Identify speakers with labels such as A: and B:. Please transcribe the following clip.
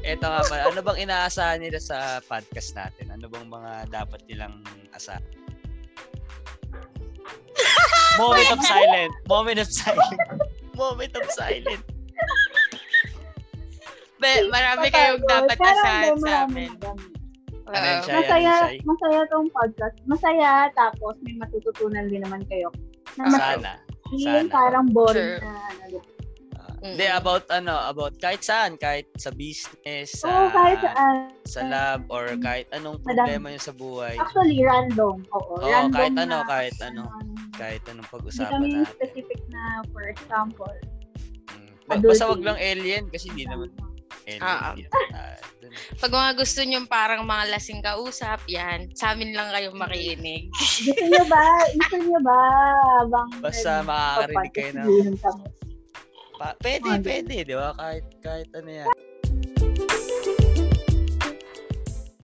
A: Ito nga pala, ano bang inaasahan nila sa podcast natin? Ano bang mga dapat nilang asahan? Moment of silence. Moment of silence. Moment of silence.
B: Be, Eh, marami kayong dapat asahan sa amin.
A: Ano yun,
B: Oo.
A: Shai?
C: masaya,
A: Ano yun, Shai?
C: masaya tong podcast. Masaya, tapos may matututunan din naman kayo. Na mas
A: Sana.
C: feeling
A: sana.
C: parang
B: Sure.
C: boring na. ano, di ba?
A: Ah,
B: Mm.
A: Hindi, about ano, about kahit saan, kahit sa business, sa,
C: Oo, kahit ah, saan.
A: sa lab, or kahit anong
C: Madami.
A: problema nyo sa buhay,
C: Actually, random. Oo,
A: Oo,
C: random
A: kahit ano,
C: na,
A: kahit ano.
C: ano,
A: kahit anong
C: Hindi
A: pag-usapan
C: kami
A: natin.
C: specific na, for example.
A: Mm. Ba- Basta wag
C: adulting.
A: lang alien kasi hindi naman alien.
B: Ah, ah.
A: yun. Ah, dun.
B: Pag mga gusto nyo parang mga lasing kausap, yan, sa amin lang kayo makinig.
C: Gusto nyo ba? Gusto nyo ba? Habang
A: Basta makakarinig kayo ng
C: Iinom kami.
A: Pa- pwede,
C: Ano?
A: pwede, di ba? Kahit, kahit ano yan.